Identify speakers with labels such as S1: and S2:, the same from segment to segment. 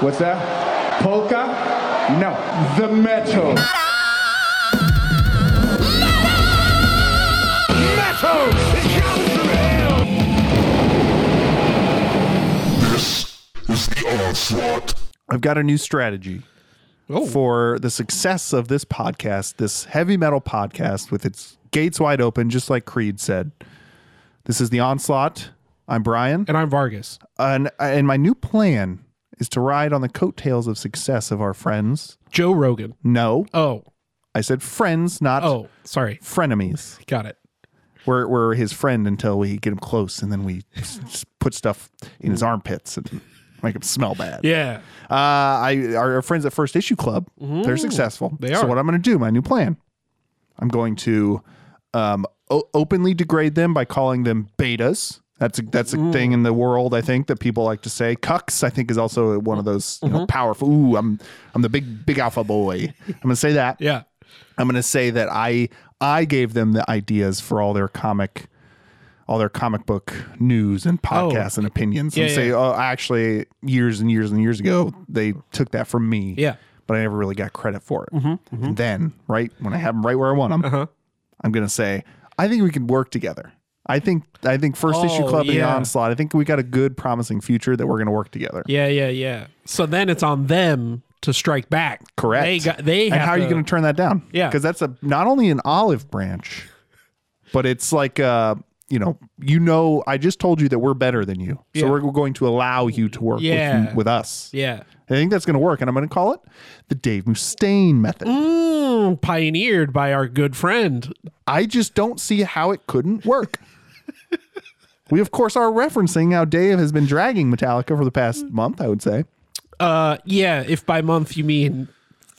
S1: What's that? Polka? No. The metal.
S2: Metal is coming from hell.
S3: This is the onslaught.
S4: I've got a new strategy
S5: Oh,
S4: for the success of this podcast, this heavy metal podcast with its gates wide open, just like Creed said. This is the onslaught. I'm Brian,
S5: and I'm Vargas.
S4: and, and my new plan is to ride on the coattails of success of our friends.
S5: Joe Rogan.
S4: No,
S5: Oh,
S4: I said friends, not
S5: oh, sorry.
S4: frenemies.
S5: Got it.
S4: We're, we're his friend until we get him close, and then we s- s- put stuff in his armpits and make him smell bad.
S5: Yeah.
S4: Uh, I our friends at First Issue Club, they're successful.
S5: they
S4: So
S5: are.
S4: what I'm going to do, my new plan, I'm going to um, o- openly degrade them by calling them betas. That's a, that's a thing in the world. I think that people like to say cucks. I think is also one of those
S5: Mm-hmm.
S4: you know, powerful. Ooh, I'm I'm the big big alpha boy. I'm going to say that.
S5: Yeah.
S4: I'm going to say that I I gave them the ideas for all their comic all their comic book news and podcasts and opinions and
S5: Oh. Yeah,
S4: say
S5: yeah.
S4: oh actually years and years and years ago they took that from me.
S5: Yeah. Mm-hmm,
S4: But I never really got credit for it. And then, right when I have them right where I want them,
S5: Uh-huh.
S4: I'm going to say I think we can work together. I think I think first issue
S5: Oh,
S4: club and the
S5: yeah.
S4: onslaught. I think we got a good promising future that we're going to work together.
S5: Yeah, yeah, yeah. So then it's on them to strike back.
S4: Correct.
S5: They got they
S4: and
S5: have
S4: how are you
S5: to-
S4: going to turn that down?
S5: Yeah.
S4: because that's a not only an olive branch, but it's like uh, you know, you know, I just told you that we're better than you, so
S5: Yeah.
S4: we're going to allow you to work with,
S5: Yeah.
S4: you- with us.
S5: Yeah.
S4: I think that's going to work, and I'm going to call it the Dave Mustaine method.
S5: Mm, pioneered by our good friend.
S4: I just don't see how it couldn't work. we of course are referencing how Dave has been dragging Metallica for the past
S5: Mm.
S4: month. I would say.
S5: Uh yeah, if by month you mean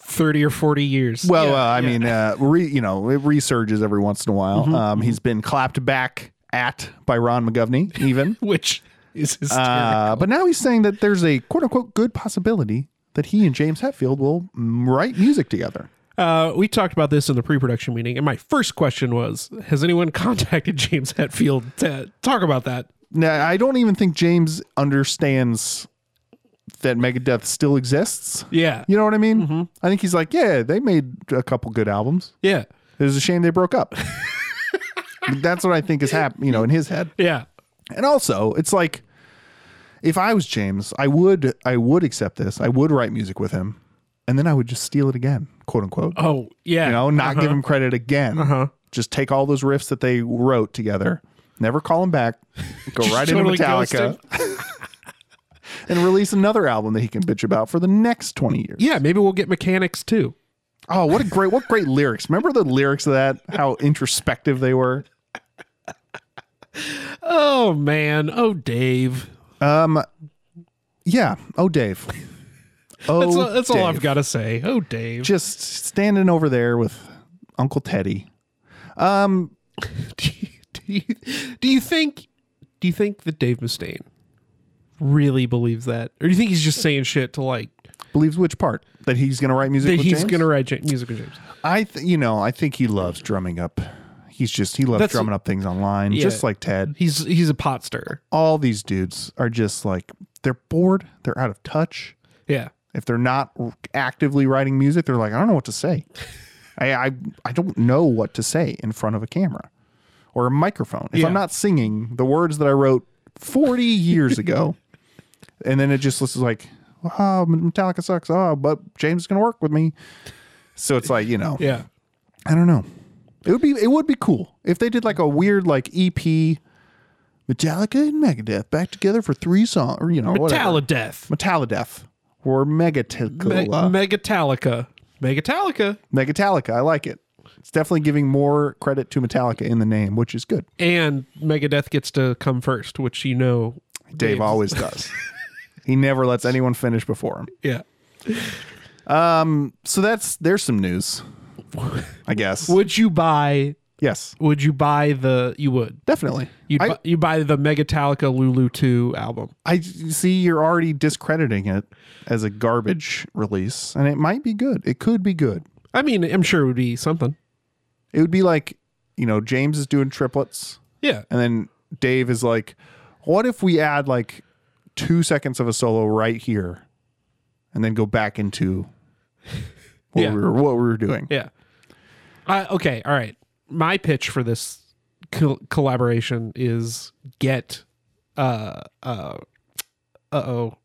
S5: 30 or 40 years.
S4: Well,
S5: Yeah,
S4: uh, I
S5: yeah. Mm-hmm,
S4: mean, uh, re, you know, it resurges every once in a while. um, He's been clapped back at by Ron McGovney, even.
S5: which is hysterical.
S4: uh, but now he's saying that there's a quote unquote good possibility that he and James Hetfield will mm, write music together.
S5: Uh, we talked about this in the pre-production meeting, and my first question was: Has anyone contacted James Hetfield to talk about that?
S4: Now, I don't even think James understands that Megadeth still exists.
S5: Yeah,
S4: You know what I mean?
S5: Mm-hmm.
S4: I think he's like, yeah, they made a couple good albums.
S5: yeah,
S4: It was a shame they broke up. That's what I think is happening, you know, in his head.
S5: yeah,
S4: And also, it's like if I was James, I would I would accept this. I would write music with him, and then I would just steal it again, quote unquote.
S5: oh yeah.
S4: you know, not give him credit again. Uh-huh. Just take all those riffs that they wrote together, never call him back, go right
S5: totally
S4: into Metallica, and release another album that he can bitch about for the next twenty years.
S5: yeah, maybe we'll get mechanics too.
S4: Oh, what a great what great lyrics! Remember the lyrics of that? How introspective they were.
S5: Oh man, oh Dave,
S4: Um, Yeah. Oh, Dave. Oh,
S5: that's, all, that's all
S4: Dave.
S5: I've got to say. Oh Dave,
S4: just standing over there with Uncle Teddy.
S5: do, you, do you do you think do you think that Dave Mustaine really believes that, or do you think he's just saying shit to like
S4: Believes which part that he's going to write music.
S5: that
S4: with
S5: he's
S4: James?
S5: gonna write J- music with James?
S4: I, th- you know, I think he loves drumming up. He's just he loves
S5: That's-
S4: drumming up things online,
S5: Yeah.
S4: just like Ted.
S5: He's he's a pot stirrer.
S4: All these dudes are just like they're bored. They're out of touch.
S5: Yeah.
S4: If they're not r- actively writing music, they're like, I don't know what to say. I, I I don't know what to say in front of a camera or a microphone. If
S5: Yeah.
S4: I'm not singing the words that I wrote 40 years ago, and then it just looks like, oh, Metallica sucks. Oh, but James is gonna work with me. So it's like you know,
S5: Yeah.
S4: I don't know. It would be it would be cool if they did like a weird like EP, Metallica and Megadeth back together for three songs or you know whatever.
S5: Metallideath.
S4: Metallideath or
S5: Me-
S4: Megaticula.
S5: Megatalica. Megatalica.
S4: Megatalica. I like it. It's definitely giving more credit to Metallica in the name, which is good.
S5: And Megadeth gets to come first, which you know.
S4: Dave
S5: Dave's-
S4: always does. he never lets anyone finish before him. Um,
S5: Yeah.
S4: So that's there's some news. I guess.
S5: Would you buy?
S4: yes.
S5: Would you buy the? You would.
S4: Definitely.
S5: You'd
S4: I,
S5: bu- you buy the Megatalica Lulu Two album.
S4: I see you're already discrediting it as a garbage release, and it might be good. It could be good.
S5: I mean, I'm sure it would be something.
S4: It would be like, you know, James is doing triplets,
S5: Yeah.
S4: and then Dave is like, what if we add like two seconds of a solo right here and then go back into what,
S5: Yeah.
S4: we were, what we were doing.
S5: Yeah. Uh, okay. All right. My pitch for this col- collaboration is get. Uh. Uh. Uh oh.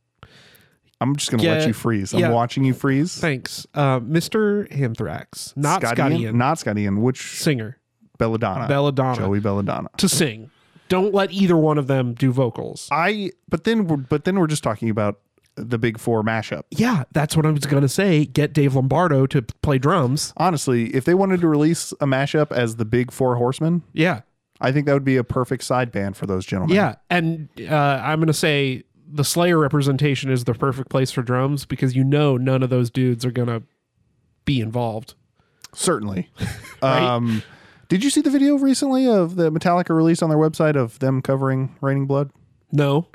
S4: I'm just going to
S5: Yeah.
S4: let you freeze. I'm
S5: Yeah.
S4: watching you freeze.
S5: Thanks, uh, Mr. Hamthrax, not Scotty, Ian,
S4: Not Scotty Ian. Which
S5: singer
S4: Belladonna?
S5: Belladonna.
S4: Joey Belladonna.
S5: to sing. Don't let either one of them do vocals.
S4: I. But then we're. But then we're just talking about the big four mashup.
S5: yeah, that's what I was gonna say. Get Dave Lombardo to play drums.
S4: Honestly, if they wanted to release a mashup as the Big Four Horsemen,
S5: Yeah,
S4: I think that would be a perfect side band for those gentlemen.
S5: yeah, and uh, I'm gonna say the Slayer representation is the perfect place for drums because you know none of those dudes are gonna be involved.
S4: certainly. um, did you see the video recently of the Metallica release on their website of them covering "Raining Blood"?
S5: No.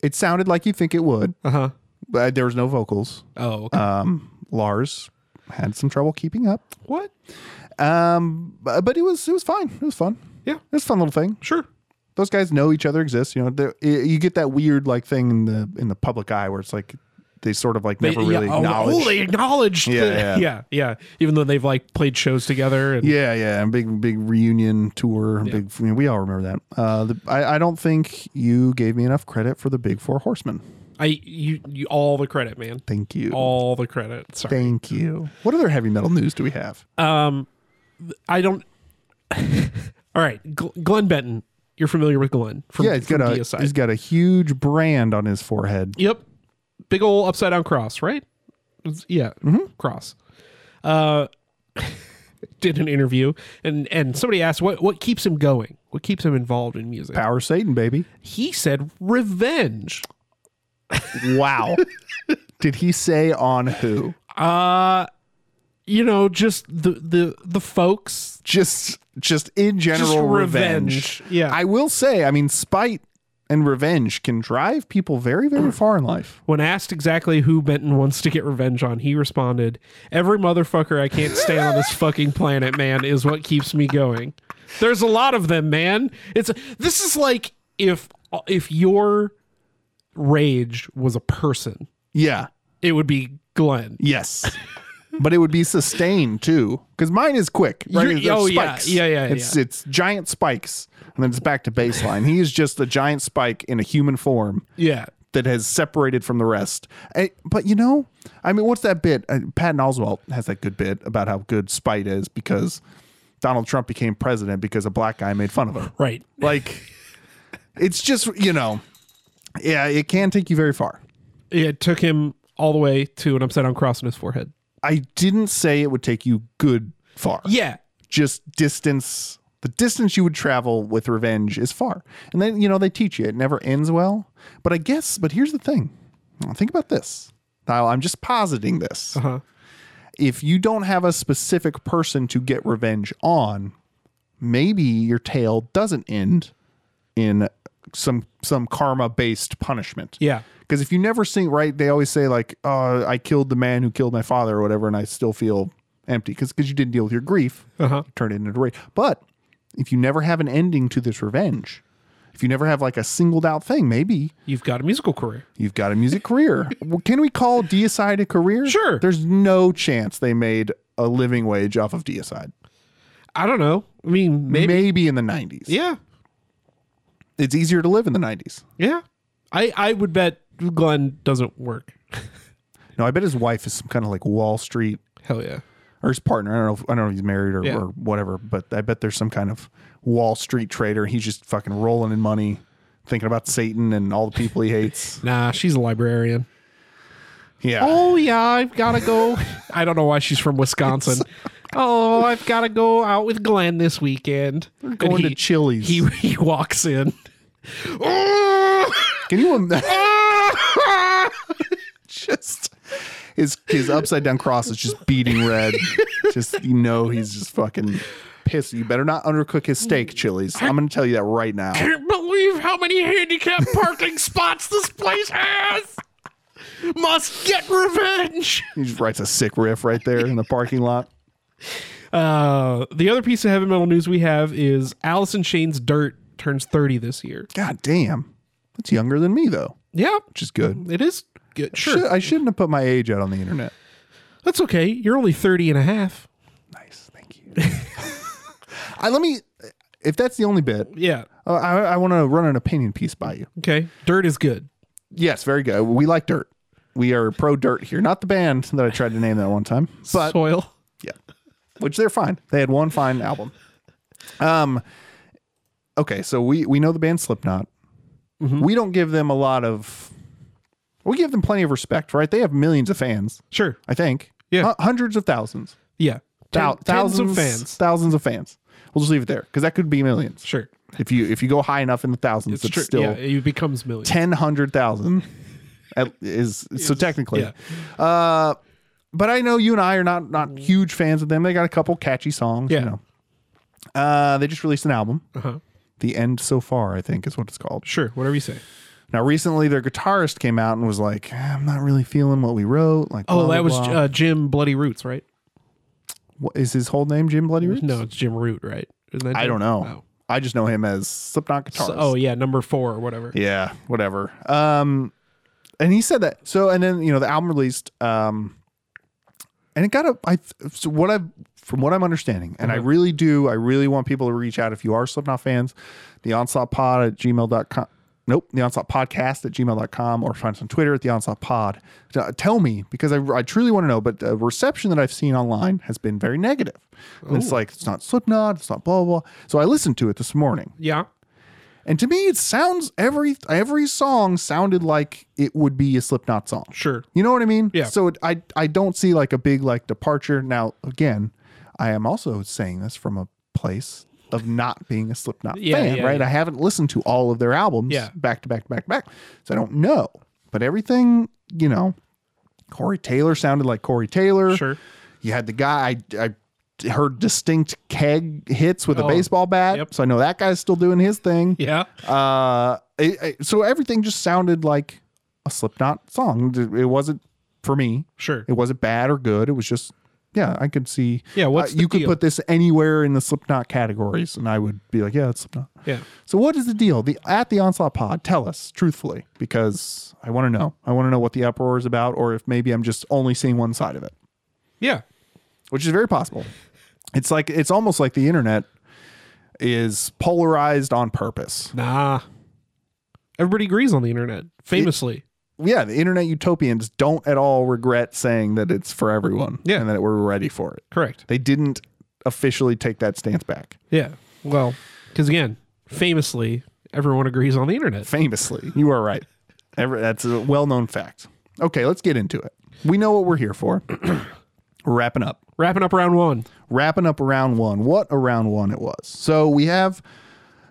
S4: It sounded like you think it would,
S5: Uh huh.
S4: but there was no vocals.
S5: Oh. okay.
S4: Um, Lars had some trouble keeping up,
S5: what?
S4: um, bu- but it was it was fine. It was fun.
S5: Yeah.
S4: it was a fun little thing.
S5: Sure.
S4: those guys know each other exists. You know, they're- y- you get that weird like thing in the in the public eye where it's like they sort of like never really
S5: yeah, oh,
S4: acknowledge.
S5: Oh, they acknowledged.
S4: Yeah,
S5: that-
S4: yeah.
S5: yeah, yeah. Even though they've like played shows together. And,
S4: yeah, yeah, and big big reunion tour. Big, you know, we all remember that. Uh, the, I, I don't think you gave me enough credit for the Big Four Horsemen.
S5: I you, you all the credit, man.
S4: Thank you.
S5: All the credit. Oh, Sorry.
S4: Thank you. What other heavy metal news do we have?
S5: Um, I don't. All right, Gl- Glenn Benton. You're familiar with Glenn from
S4: yeah, he's
S5: from
S4: got a
S5: DSI.
S4: he's got a huge brand on his forehead.
S5: yep, big old upside down cross, right? It's- yeah, cross. Uh, did an interview and and somebody asked what what keeps him going, what keeps him involved in music.
S4: Power Satan, baby.
S5: He said revenge.
S4: Wow. Did he say on who?
S5: You know, just the the the folks.
S4: just just in general revenge.
S5: revenge. Yeah.
S4: I will say, I mean, spite and revenge can drive people very,
S5: Mm.
S4: very far in life.
S5: When asked exactly who Benton wants to get revenge on, he responded, Every motherfucker I can't stand on this fucking planet, man, is what keeps me going. There's a lot of them, man. It's this is like if if your rage was a person,
S4: Yeah.
S5: it would be Glenn.
S4: Yes. but it would be sustained too, because mine is quick. Right?
S5: You're-
S4: It's- it's
S5: oh, yeah. Yeah, yeah,
S4: It's
S5: yeah.
S4: it's giant spikes, and then it's back to baseline. he is just a giant spike in a human form.
S5: Yeah.
S4: that has separated from the rest. I- but you know, I mean, what's that bit? Uh, Patton Oswalt has that good bit about how good spite is because Donald Trump became president because a black guy made fun of him.
S5: Right.
S4: Like, it's just you know, yeah, it can take you very far.
S5: It took him all the way to an upside down cross on his forehead.
S4: I didn't say it would take you good far.
S5: Yeah.
S4: just distance. The distance you would travel with revenge is far. And then, you know, they teach you it never ends well. But I guess, but here's the thing. Think about this. Now, I'm just positing this.
S5: Uh-huh.
S4: if you don't have a specific person to get revenge on, maybe your tale doesn't end in some some karma based punishment.
S5: Yeah.
S4: Because if you never sing right, they always say like, "Oh, I killed the man who killed my father" or whatever, and I still feel empty because you didn't deal with your grief,
S5: Uh-huh.
S4: You turned it into rage. But if you never have an ending to this revenge, if you never have like a singled out thing, maybe
S5: You've got a musical career.
S4: You've got a music career. Well, Can we call Deicide a career?
S5: Sure.
S4: There's no chance they made a living wage off of Deicide.
S5: I don't know. I mean,
S4: Maybe,
S5: maybe.
S4: in the 90s.
S5: Yeah.
S4: It's easier to live in the 90s.
S5: Yeah. I, I would bet Glenn doesn't work.
S4: No, I bet his wife is some kind of like Wall Street
S5: Hell yeah.
S4: or his partner. I don't know if, I don't know if he's married or,
S5: Yeah.
S4: or whatever, but I bet there's some kind of Wall Street trader. He's just fucking rolling in money, thinking about Satan and all the people he hates.
S5: Nah, she's a librarian.
S4: Yeah.
S5: Oh yeah, I've gotta go. I don't know why she's from Wisconsin. Oh, I've gotta go out with Glenn this weekend. We're
S4: going to Chili's.
S5: He he walks in. Oh!
S4: Can you imagine? just his his upside down cross is just beating red. just you know he's just fucking pissed. You better not undercook his steak, Chili's. I'm gonna tell you that right now.
S5: Can't believe how many handicap parking spots this place has. Must get revenge.
S4: He just writes a sick riff right there in the parking lot.
S5: Uh, the other piece of heavy metal news we have is Allison Shane's Dirt turns 30 this year.
S4: God damn. That's younger than me though.
S5: Yeah,
S4: which is good.
S5: it is good. Sure.
S4: Should- I shouldn't have put my age out on the internet.
S5: That's okay. You're only 30 and a half.
S4: Nice, thank you. I let me. If that's the only bit,
S5: Yeah.
S4: uh, I, I want to run an opinion piece by you.
S5: Okay. Dirt is good.
S4: Yes, very good. We like dirt. We are pro dirt here, not the band that I tried to name that one time, but
S5: Soil.
S4: yeah, which they're fine. They had one fine album. Um, okay, so we we know the band Slipknot. We don't give them a lot of. We give them plenty of respect, right? They have millions of fans.
S5: Sure.
S4: I think.
S5: Yeah.
S4: Hu- hundreds of thousands.
S5: Yeah.
S4: Thou-
S5: Ten-
S4: thousands
S5: Tens of fans.
S4: Thousands of fans. We'll just leave it there because that could be millions.
S5: Sure.
S4: If you if you go high enough in the thousands, it's,
S5: It's true.
S4: still
S5: yeah, it becomes millions.
S4: ten hundred thousand. at- Is so technically,
S5: yeah.
S4: uh, but I know you and I are not not huge fans of them. They got a couple catchy songs.
S5: Yeah.
S4: You know. Uh, they just released an album.
S5: Uh-huh.
S4: The end so far, I think, is what it's called.
S5: Sure. Whatever you say.
S4: Now, recently, their guitarist came out and was like, "I'm not really feeling what we wrote." Like,
S5: Oh,
S4: blah,
S5: that
S4: blah,
S5: was
S4: blah.
S5: uh, Jim Bloody Roots, right?
S4: What- is his whole name Jim Bloody Roots?
S5: No, it's Jim Root, right? Isn't that
S4: I
S5: Jim?
S4: don't know.
S5: Oh.
S4: I just know him as Slipknot guitarist.
S5: So- oh, yeah. Number four or whatever.
S4: yeah, whatever. Um, and he said that. So, and then you know the album released, um, and it got a. I so what I from what I'm understanding, and I really do. I really want people to reach out if you are Slipknot fans. The Onslaught Pod at gmail.com. Nope, the Onslaught Podcast at gmail.com or find us on Twitter at the Onslaught Pod. Uh, Tell me because I, I truly want to know. But the reception that I've seen online has been very negative. And it's like, it's not Slipknot, it's not blah, blah. blah. So I listened to it this morning.
S5: Yeah.
S4: And to me, it sounds every every song sounded like it would be a Slipknot song.
S5: Sure.
S4: you know what I mean.
S5: Yeah.
S4: So it, I I don't see like a big like departure. Now again, I am also saying this from a place of not being a Slipknot
S5: Yeah,
S4: fan,
S5: yeah,
S4: right?
S5: yeah.
S4: I haven't listened to all of their albums
S5: Yeah.
S4: back to back to back to back, so I don't know. But everything, you know, Corey Taylor sounded like Corey Taylor.
S5: Sure.
S4: You had the guy I, I heard distinct keg hits with a
S5: Oh,
S4: baseball bat,
S5: yep.
S4: so I know that guy's still doing his thing.
S5: Yeah.
S4: Uh, it, it- so everything just sounded like a Slipknot song. It wasn't for me.
S5: Sure.
S4: It wasn't bad or good. It was just, yeah, I could see. uh,
S5: Yeah, what's the
S4: you could
S5: deal?
S4: put this anywhere in the Slipknot categories, and I would be like, yeah, it's Slipknot.
S5: Yeah.
S4: So what is the deal? The at the onslaught pod, tell us truthfully, because I want to know. I want to know what the uproar is about, or if maybe I'm just only seeing one side of it
S5: Yeah.
S4: which is very possible. It's like it's almost like the internet is polarized on purpose.
S5: Nah. Everybody agrees on the internet, famously.
S4: Yeah, the internet utopians don't at all regret saying that it's for everyone
S5: Yeah.
S4: and that we're ready for it.
S5: Correct.
S4: They didn't officially take that stance back.
S5: Yeah. Well, because again, famously, everyone agrees on the internet.
S4: Famously, you are right. Every, that's a well-known fact. Okay, let's get into it. We know what we're here for. we're wrapping up.
S5: Wrapping up round one.
S4: wrapping up round one. What a round one it was. So we have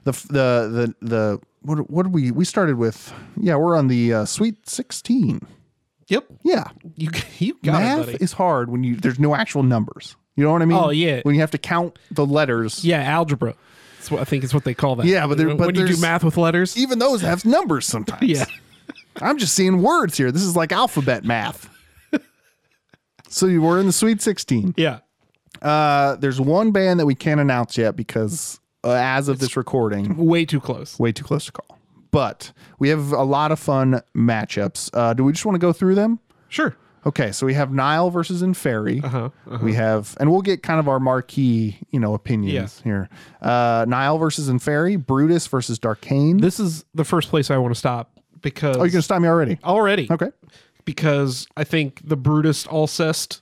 S4: the the the the what what did we we started with? Yeah, we're on the uh, sweet sixteen.
S5: Yep.
S4: Yeah,
S5: You you got it,
S4: math
S5: buddy.
S4: is hard when you there's no actual numbers. You know what I mean?
S5: Oh, yeah.
S4: when you have to count the letters.
S5: yeah, algebra. That's what I think is what they call that.
S4: Yeah, but there-
S5: when
S4: but
S5: you do
S4: there's-
S5: math with letters.
S4: Even those have numbers sometimes.
S5: Yeah.
S4: I'm just seeing words here. This is like alphabet math. so you were in the sweet sixteen.
S5: Yeah.
S4: Uh, there's one band that we can't announce yet because uh, as of this recording,
S5: Way too close.
S4: way too close to call. But we have a lot of fun matchups. Uh, do we just want to go through them?
S5: Sure.
S4: Okay, so we have Nile versus Inferi.
S5: Uh-huh,
S4: We have, and we'll get kind of our marquee, you know, opinions
S5: Yeah.
S4: here. Uh, Nile versus Inferi, Brutus versus Darkane.
S5: This is the first place I want to stop because
S4: oh, you're gonna stop me already?
S5: already.
S4: Okay,
S5: Because I think the Brutus Alcest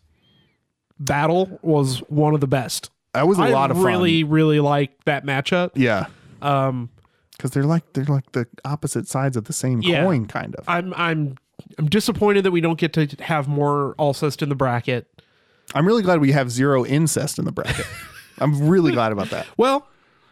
S5: battle was one of the best.
S4: that was a
S5: I
S4: lot of
S5: really, really like that matchup.
S4: fun. Yeah,
S5: Um,
S4: because they're like they're like the opposite sides of the same
S5: Yeah.
S4: coin, kind of. I,
S5: I'm I'm I'm disappointed that we don't get to have more Alcest in the bracket.
S4: am really glad we have zero incest in the bracket. I'm really glad about that.
S5: Well,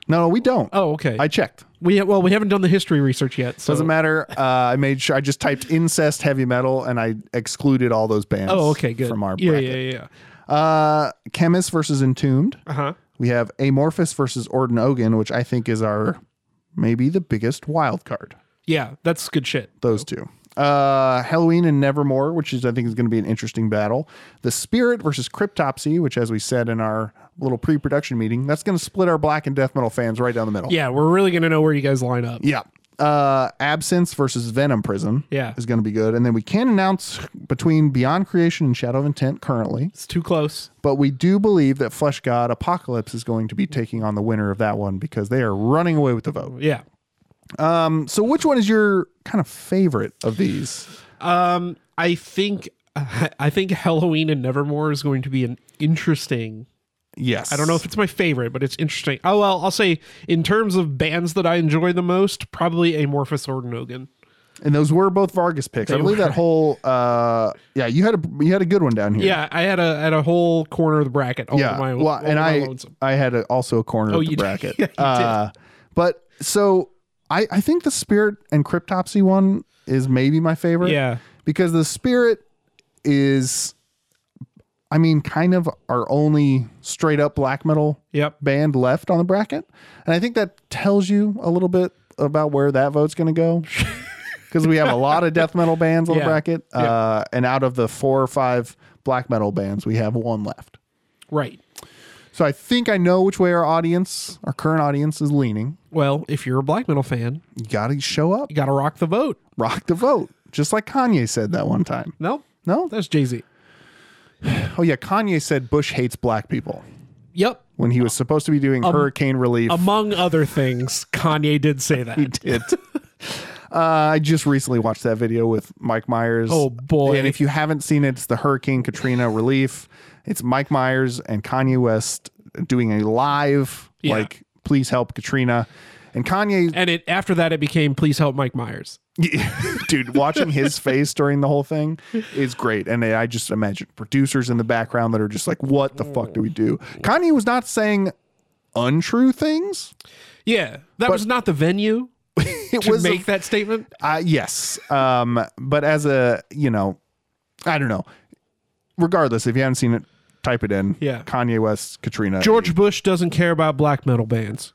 S4: No, we don't.
S5: oh okay. Oh.
S4: I checked.
S5: we well we haven't done the history research yet. So
S4: Doesn't matter. Uh, I made sure I just typed incest heavy metal and I excluded all those bands.
S5: Oh okay, good.
S4: From our
S5: yeah,
S4: bracket.
S5: yeah yeah yeah.
S4: Uh, Chemist versus Entombed.
S5: Uh huh.
S4: We have Amorphous versus Orden Ogan, which I think is our maybe the biggest wild card.
S5: Yeah, that's good shit.
S4: Those two. Uh, Halloween and Nevermore, which is I think is going to be an interesting battle. The Spirit versus Cryptopsy, which as we said in our little pre-production meeting, that's going to split our Black and Death metal fans right down the middle.
S5: Yeah, we're really gonna know where you guys line up.
S4: Yeah. uh, Absence versus Venom Prison
S5: Yeah.
S4: is going to be good. And then we can announce between Beyond Creation and Shadow of Intent currently,
S5: It's too close.
S4: but we do believe that Flesh God Apocalypse is going to be taking on the winner of that one because they are running away with the vote.
S5: Yeah.
S4: So, which one is your kind of favorite of these?
S5: Um, I think I think Halloween and Nevermore is going to be an interesting.
S4: Yes.
S5: I don't know if it's my favorite, but it's interesting. Oh well, I'll say in terms of bands that I enjoy the most, probably Amorphous Ordinogan.
S4: and those were both Vargas picks. I
S5: They
S4: believe
S5: were.
S4: that whole uh yeah, you had a you had a good one down here.
S5: Yeah, I had a had a whole corner of the bracket. All
S4: Yeah.
S5: to my,
S4: well,
S5: all
S4: and
S5: to my
S4: I
S5: lonesome.
S4: I had a, also a corner
S5: Oh,
S4: of
S5: you
S4: the
S5: did.
S4: bracket.
S5: Yeah, you did.
S4: Uh, but so I I think the spirit and cryptopsy one is maybe my favorite.
S5: Yeah.
S4: Because the spirit is I mean kind of our only straight up black metal
S5: Yep.
S4: band left on the bracket. And I think that tells you a little bit about where that vote's going to go. Because we have a lot of death metal bands on the
S5: Yeah.
S4: bracket. Uh, and out of the four or five black metal bands, we have one left.
S5: Right.
S4: So I think I know which way our audience, our current audience, is leaning.
S5: Well, if you're a black metal fan,
S4: You got to show up,
S5: you got to rock the vote.
S4: rock the vote, just like Kanye said that one time.
S5: No,
S4: No?
S5: that's Jay Z.
S4: Oh, yeah. Kanye said Bush hates black people
S5: Yep.
S4: when he was supposed to be doing
S5: Um,
S4: hurricane relief.
S5: Among other things, Kanye did say that.
S4: he did. uh, I just recently watched that video with Mike Myers.
S5: Oh, boy.
S4: And if you haven't seen it, it's the Hurricane Katrina relief. It's Mike Myers and Kanye West doing a live
S5: Yeah.
S4: like "Please help Katrina," and Kanye,
S5: And it after that it became please help Mike Myers.
S4: dude, watching his face during the whole thing is great. And I just imagine producers in the background that are just like, "What the fuck do we do?" Kanye was not saying untrue things.
S5: Yeah. That was not the venue
S4: It
S5: to
S4: was a
S5: make that statement.
S4: Uh, yes. Um, but as a, you know, I don't know. Regardless, if you haven't seen it, type it in.
S5: Yeah.
S4: Kanye West, Katrina.
S5: George Bush doesn't care about black metal bands.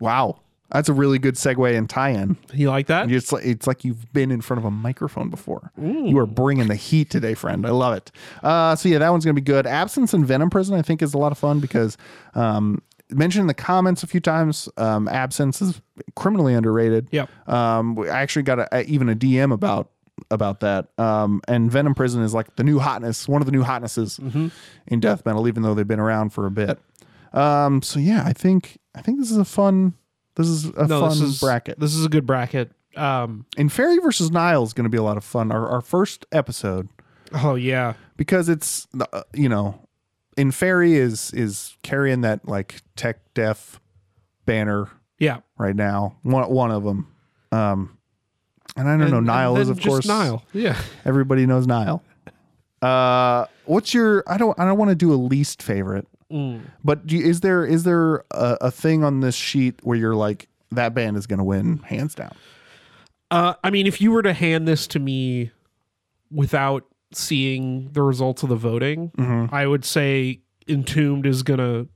S4: Wow. That's a really good segue and tie in.
S5: You like that?
S4: It's like, it's like you've been in front of a microphone before. You are bringing the heat today, friend. I love it. Uh, so, yeah, that one's going to be good. Absence in Venom Prison, I think, is a lot of fun because um, mentioned in the comments a few times, um, Absence is criminally underrated.
S5: Yep.
S4: Um, we- I actually got a, a- even a DM about about that. Um, and Venom Prison is like the new hotness, one of the new hotnesses
S5: Mm-hmm.
S4: in death metal, even though they've been around for a bit. Um, so yeah, I think I think this is a fun. This is a
S5: No,
S4: fun
S5: this is
S4: bracket.
S5: This is a good bracket. Um
S4: And Fairy versus Nile is going to be a lot of fun. Our, our first episode
S5: oh yeah.
S4: because it's the- uh, you know, in Fairy is is carrying that like tech death banner
S5: Yeah.
S4: right now. One one of them. Um, and I don't know.
S5: And-
S4: Nile
S5: and
S4: is
S5: then
S4: of
S5: just
S4: course
S5: Nile. Yeah.
S4: Everybody knows Nile. Uh, what's your? I don't. I don't want to do a least favorite.
S5: Mm.
S4: But do you, is there is there a, a thing on this sheet where you're like that band is going to win hands down?
S5: Uh, I mean, if you were to hand this to me without seeing the results of the voting,
S4: Mm-hmm.
S5: I would say Entombed is gonna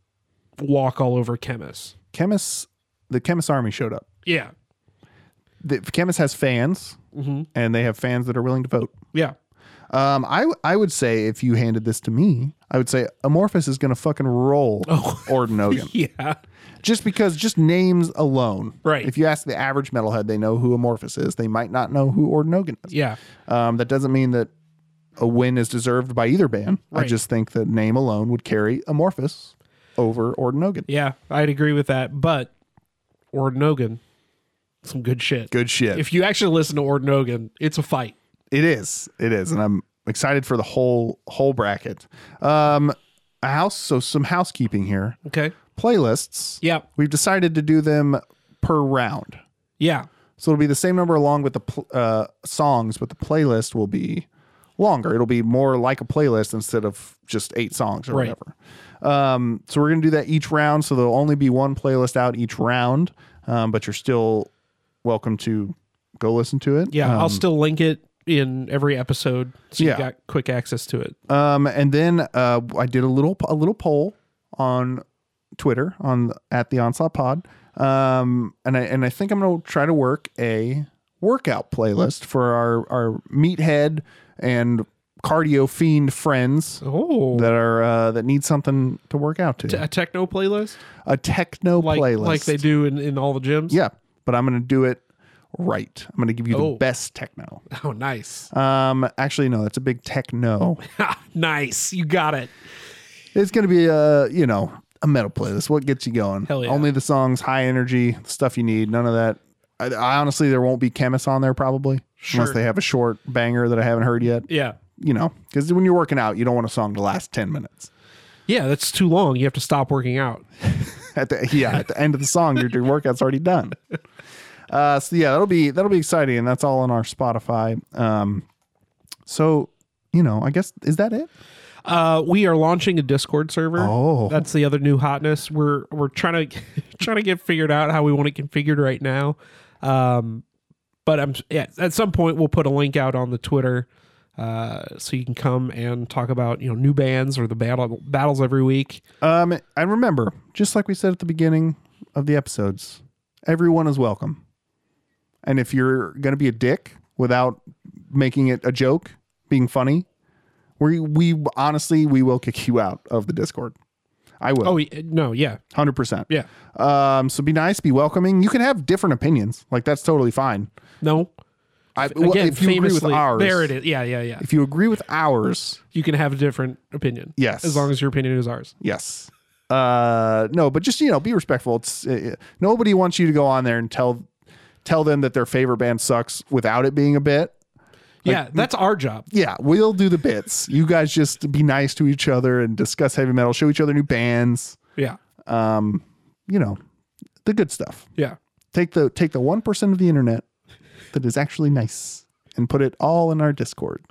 S5: walk all over Chemis.
S4: Chemists, the Chemist Army showed up.
S5: Yeah,
S4: The Chemist has fans,
S5: Mm-hmm.
S4: and they have fans that are willing to vote.
S5: yeah,
S4: Um, I I would say if you handed this to me, I would say Amorphous is going to fucking roll
S5: Oh.
S4: Ordinogan.
S5: yeah.
S4: just because just names alone.
S5: Right.
S4: If you ask the average metalhead, they know who Amorphous is. They might not know who Ordinogan is.
S5: Yeah.
S4: Um, that doesn't mean that a win is deserved by either band. I
S5: Right.
S4: just think that name alone would carry Amorphous over Ordinogan.
S5: Yeah. I'd agree with that. But Ordinogan, some good shit.
S4: Good shit.
S5: If you actually listen to Ordinogan, it's a fight.
S4: it is. It is. And I'm excited for the whole whole bracket. Um a house so some housekeeping here.
S5: Okay.
S4: Playlists.
S5: Yeah.
S4: We've decided to do them per round.
S5: Yeah.
S4: So it'll be the same number along with the pl- uh, songs, but the playlist will be longer. It'll be more like a playlist instead of just eight songs or
S5: Right.
S4: whatever. Um, so we're going to do that each round. So there'll only be one playlist out each round, um, but you're still welcome to go listen to it.
S5: Yeah.
S4: Um,
S5: I'll still link it in every episode so
S4: Yeah.
S5: you got quick access to it.
S4: Um, and then uh, I did a little a little poll on Twitter on at the Onslaught Pod. Um, and I and I think I'm gonna try to work a workout playlist for our our meathead and cardio fiend friends
S5: Oh.
S4: that are uh, that need something to work out to.
S5: a techno playlist?
S4: a techno
S5: Like
S4: playlist,
S5: like they do in, in all the gyms?
S4: Yeah, but I'm gonna do it right. I'm going to give you
S5: Oh.
S4: the best techno.
S5: Oh, nice.
S4: Um, actually, no, that's a big techno.
S5: nice. You got it.
S4: It's going to be a, you know, a metal playlist. What gets you going?
S5: Hell yeah.
S4: Only the songs, high energy, stuff you need. None of that. I, I honestly, there won't be chemists on there probably.
S5: Sure.
S4: Unless they have a short banger that I haven't heard yet.
S5: Yeah.
S4: You know, because when you're working out, you don't want a song to last 10 minutes.
S5: Yeah, that's too long. You have to stop working out.
S4: at the yeah at the end of the song your, your workout's already done uh so yeah that'll be that'll be exciting and that's all on our spotify um so you know i guess is that it
S5: Uh, we are launching a Discord server.
S4: Oh.
S5: that's the other new hotness. We're we're trying to trying to get figured out how we want it configured right now. Um, but I'm yeah, at some point we'll put a link out on the Twitter. Uh, so you can come and talk about you know new bands or the battle battles every week.
S4: um and remember just like we said at the beginning of the episodes everyone is welcome and if you're gonna be a dick without making it a joke being funny we we honestly we will kick you out of the discord i will
S5: Oh y- no, yeah,
S4: Hundred percent.
S5: Yeah.
S4: Um. So be nice, be welcoming. You can have different opinions. Like that's totally fine.
S5: no.
S4: I, well,
S5: Again,
S4: if you agree with
S5: famously,
S4: ours,
S5: there it is. Yeah, yeah, yeah.
S4: If you agree with ours,
S5: You can have a different opinion.
S4: Yes.
S5: as long as your opinion is ours.
S4: yes. Uh. No, but just you know, be respectful. It's uh, nobody wants you to go on there and tell tell them that their favorite band sucks without it being a bit.
S5: yeah, that's our job.
S4: Yeah, we'll do the bits. You guys just be nice to each other and discuss heavy metal. Show each other new bands.
S5: Yeah,
S4: You know, the good stuff.
S5: yeah.
S4: Take the take the one percent of the internet that is actually nice and put it all in our Discord.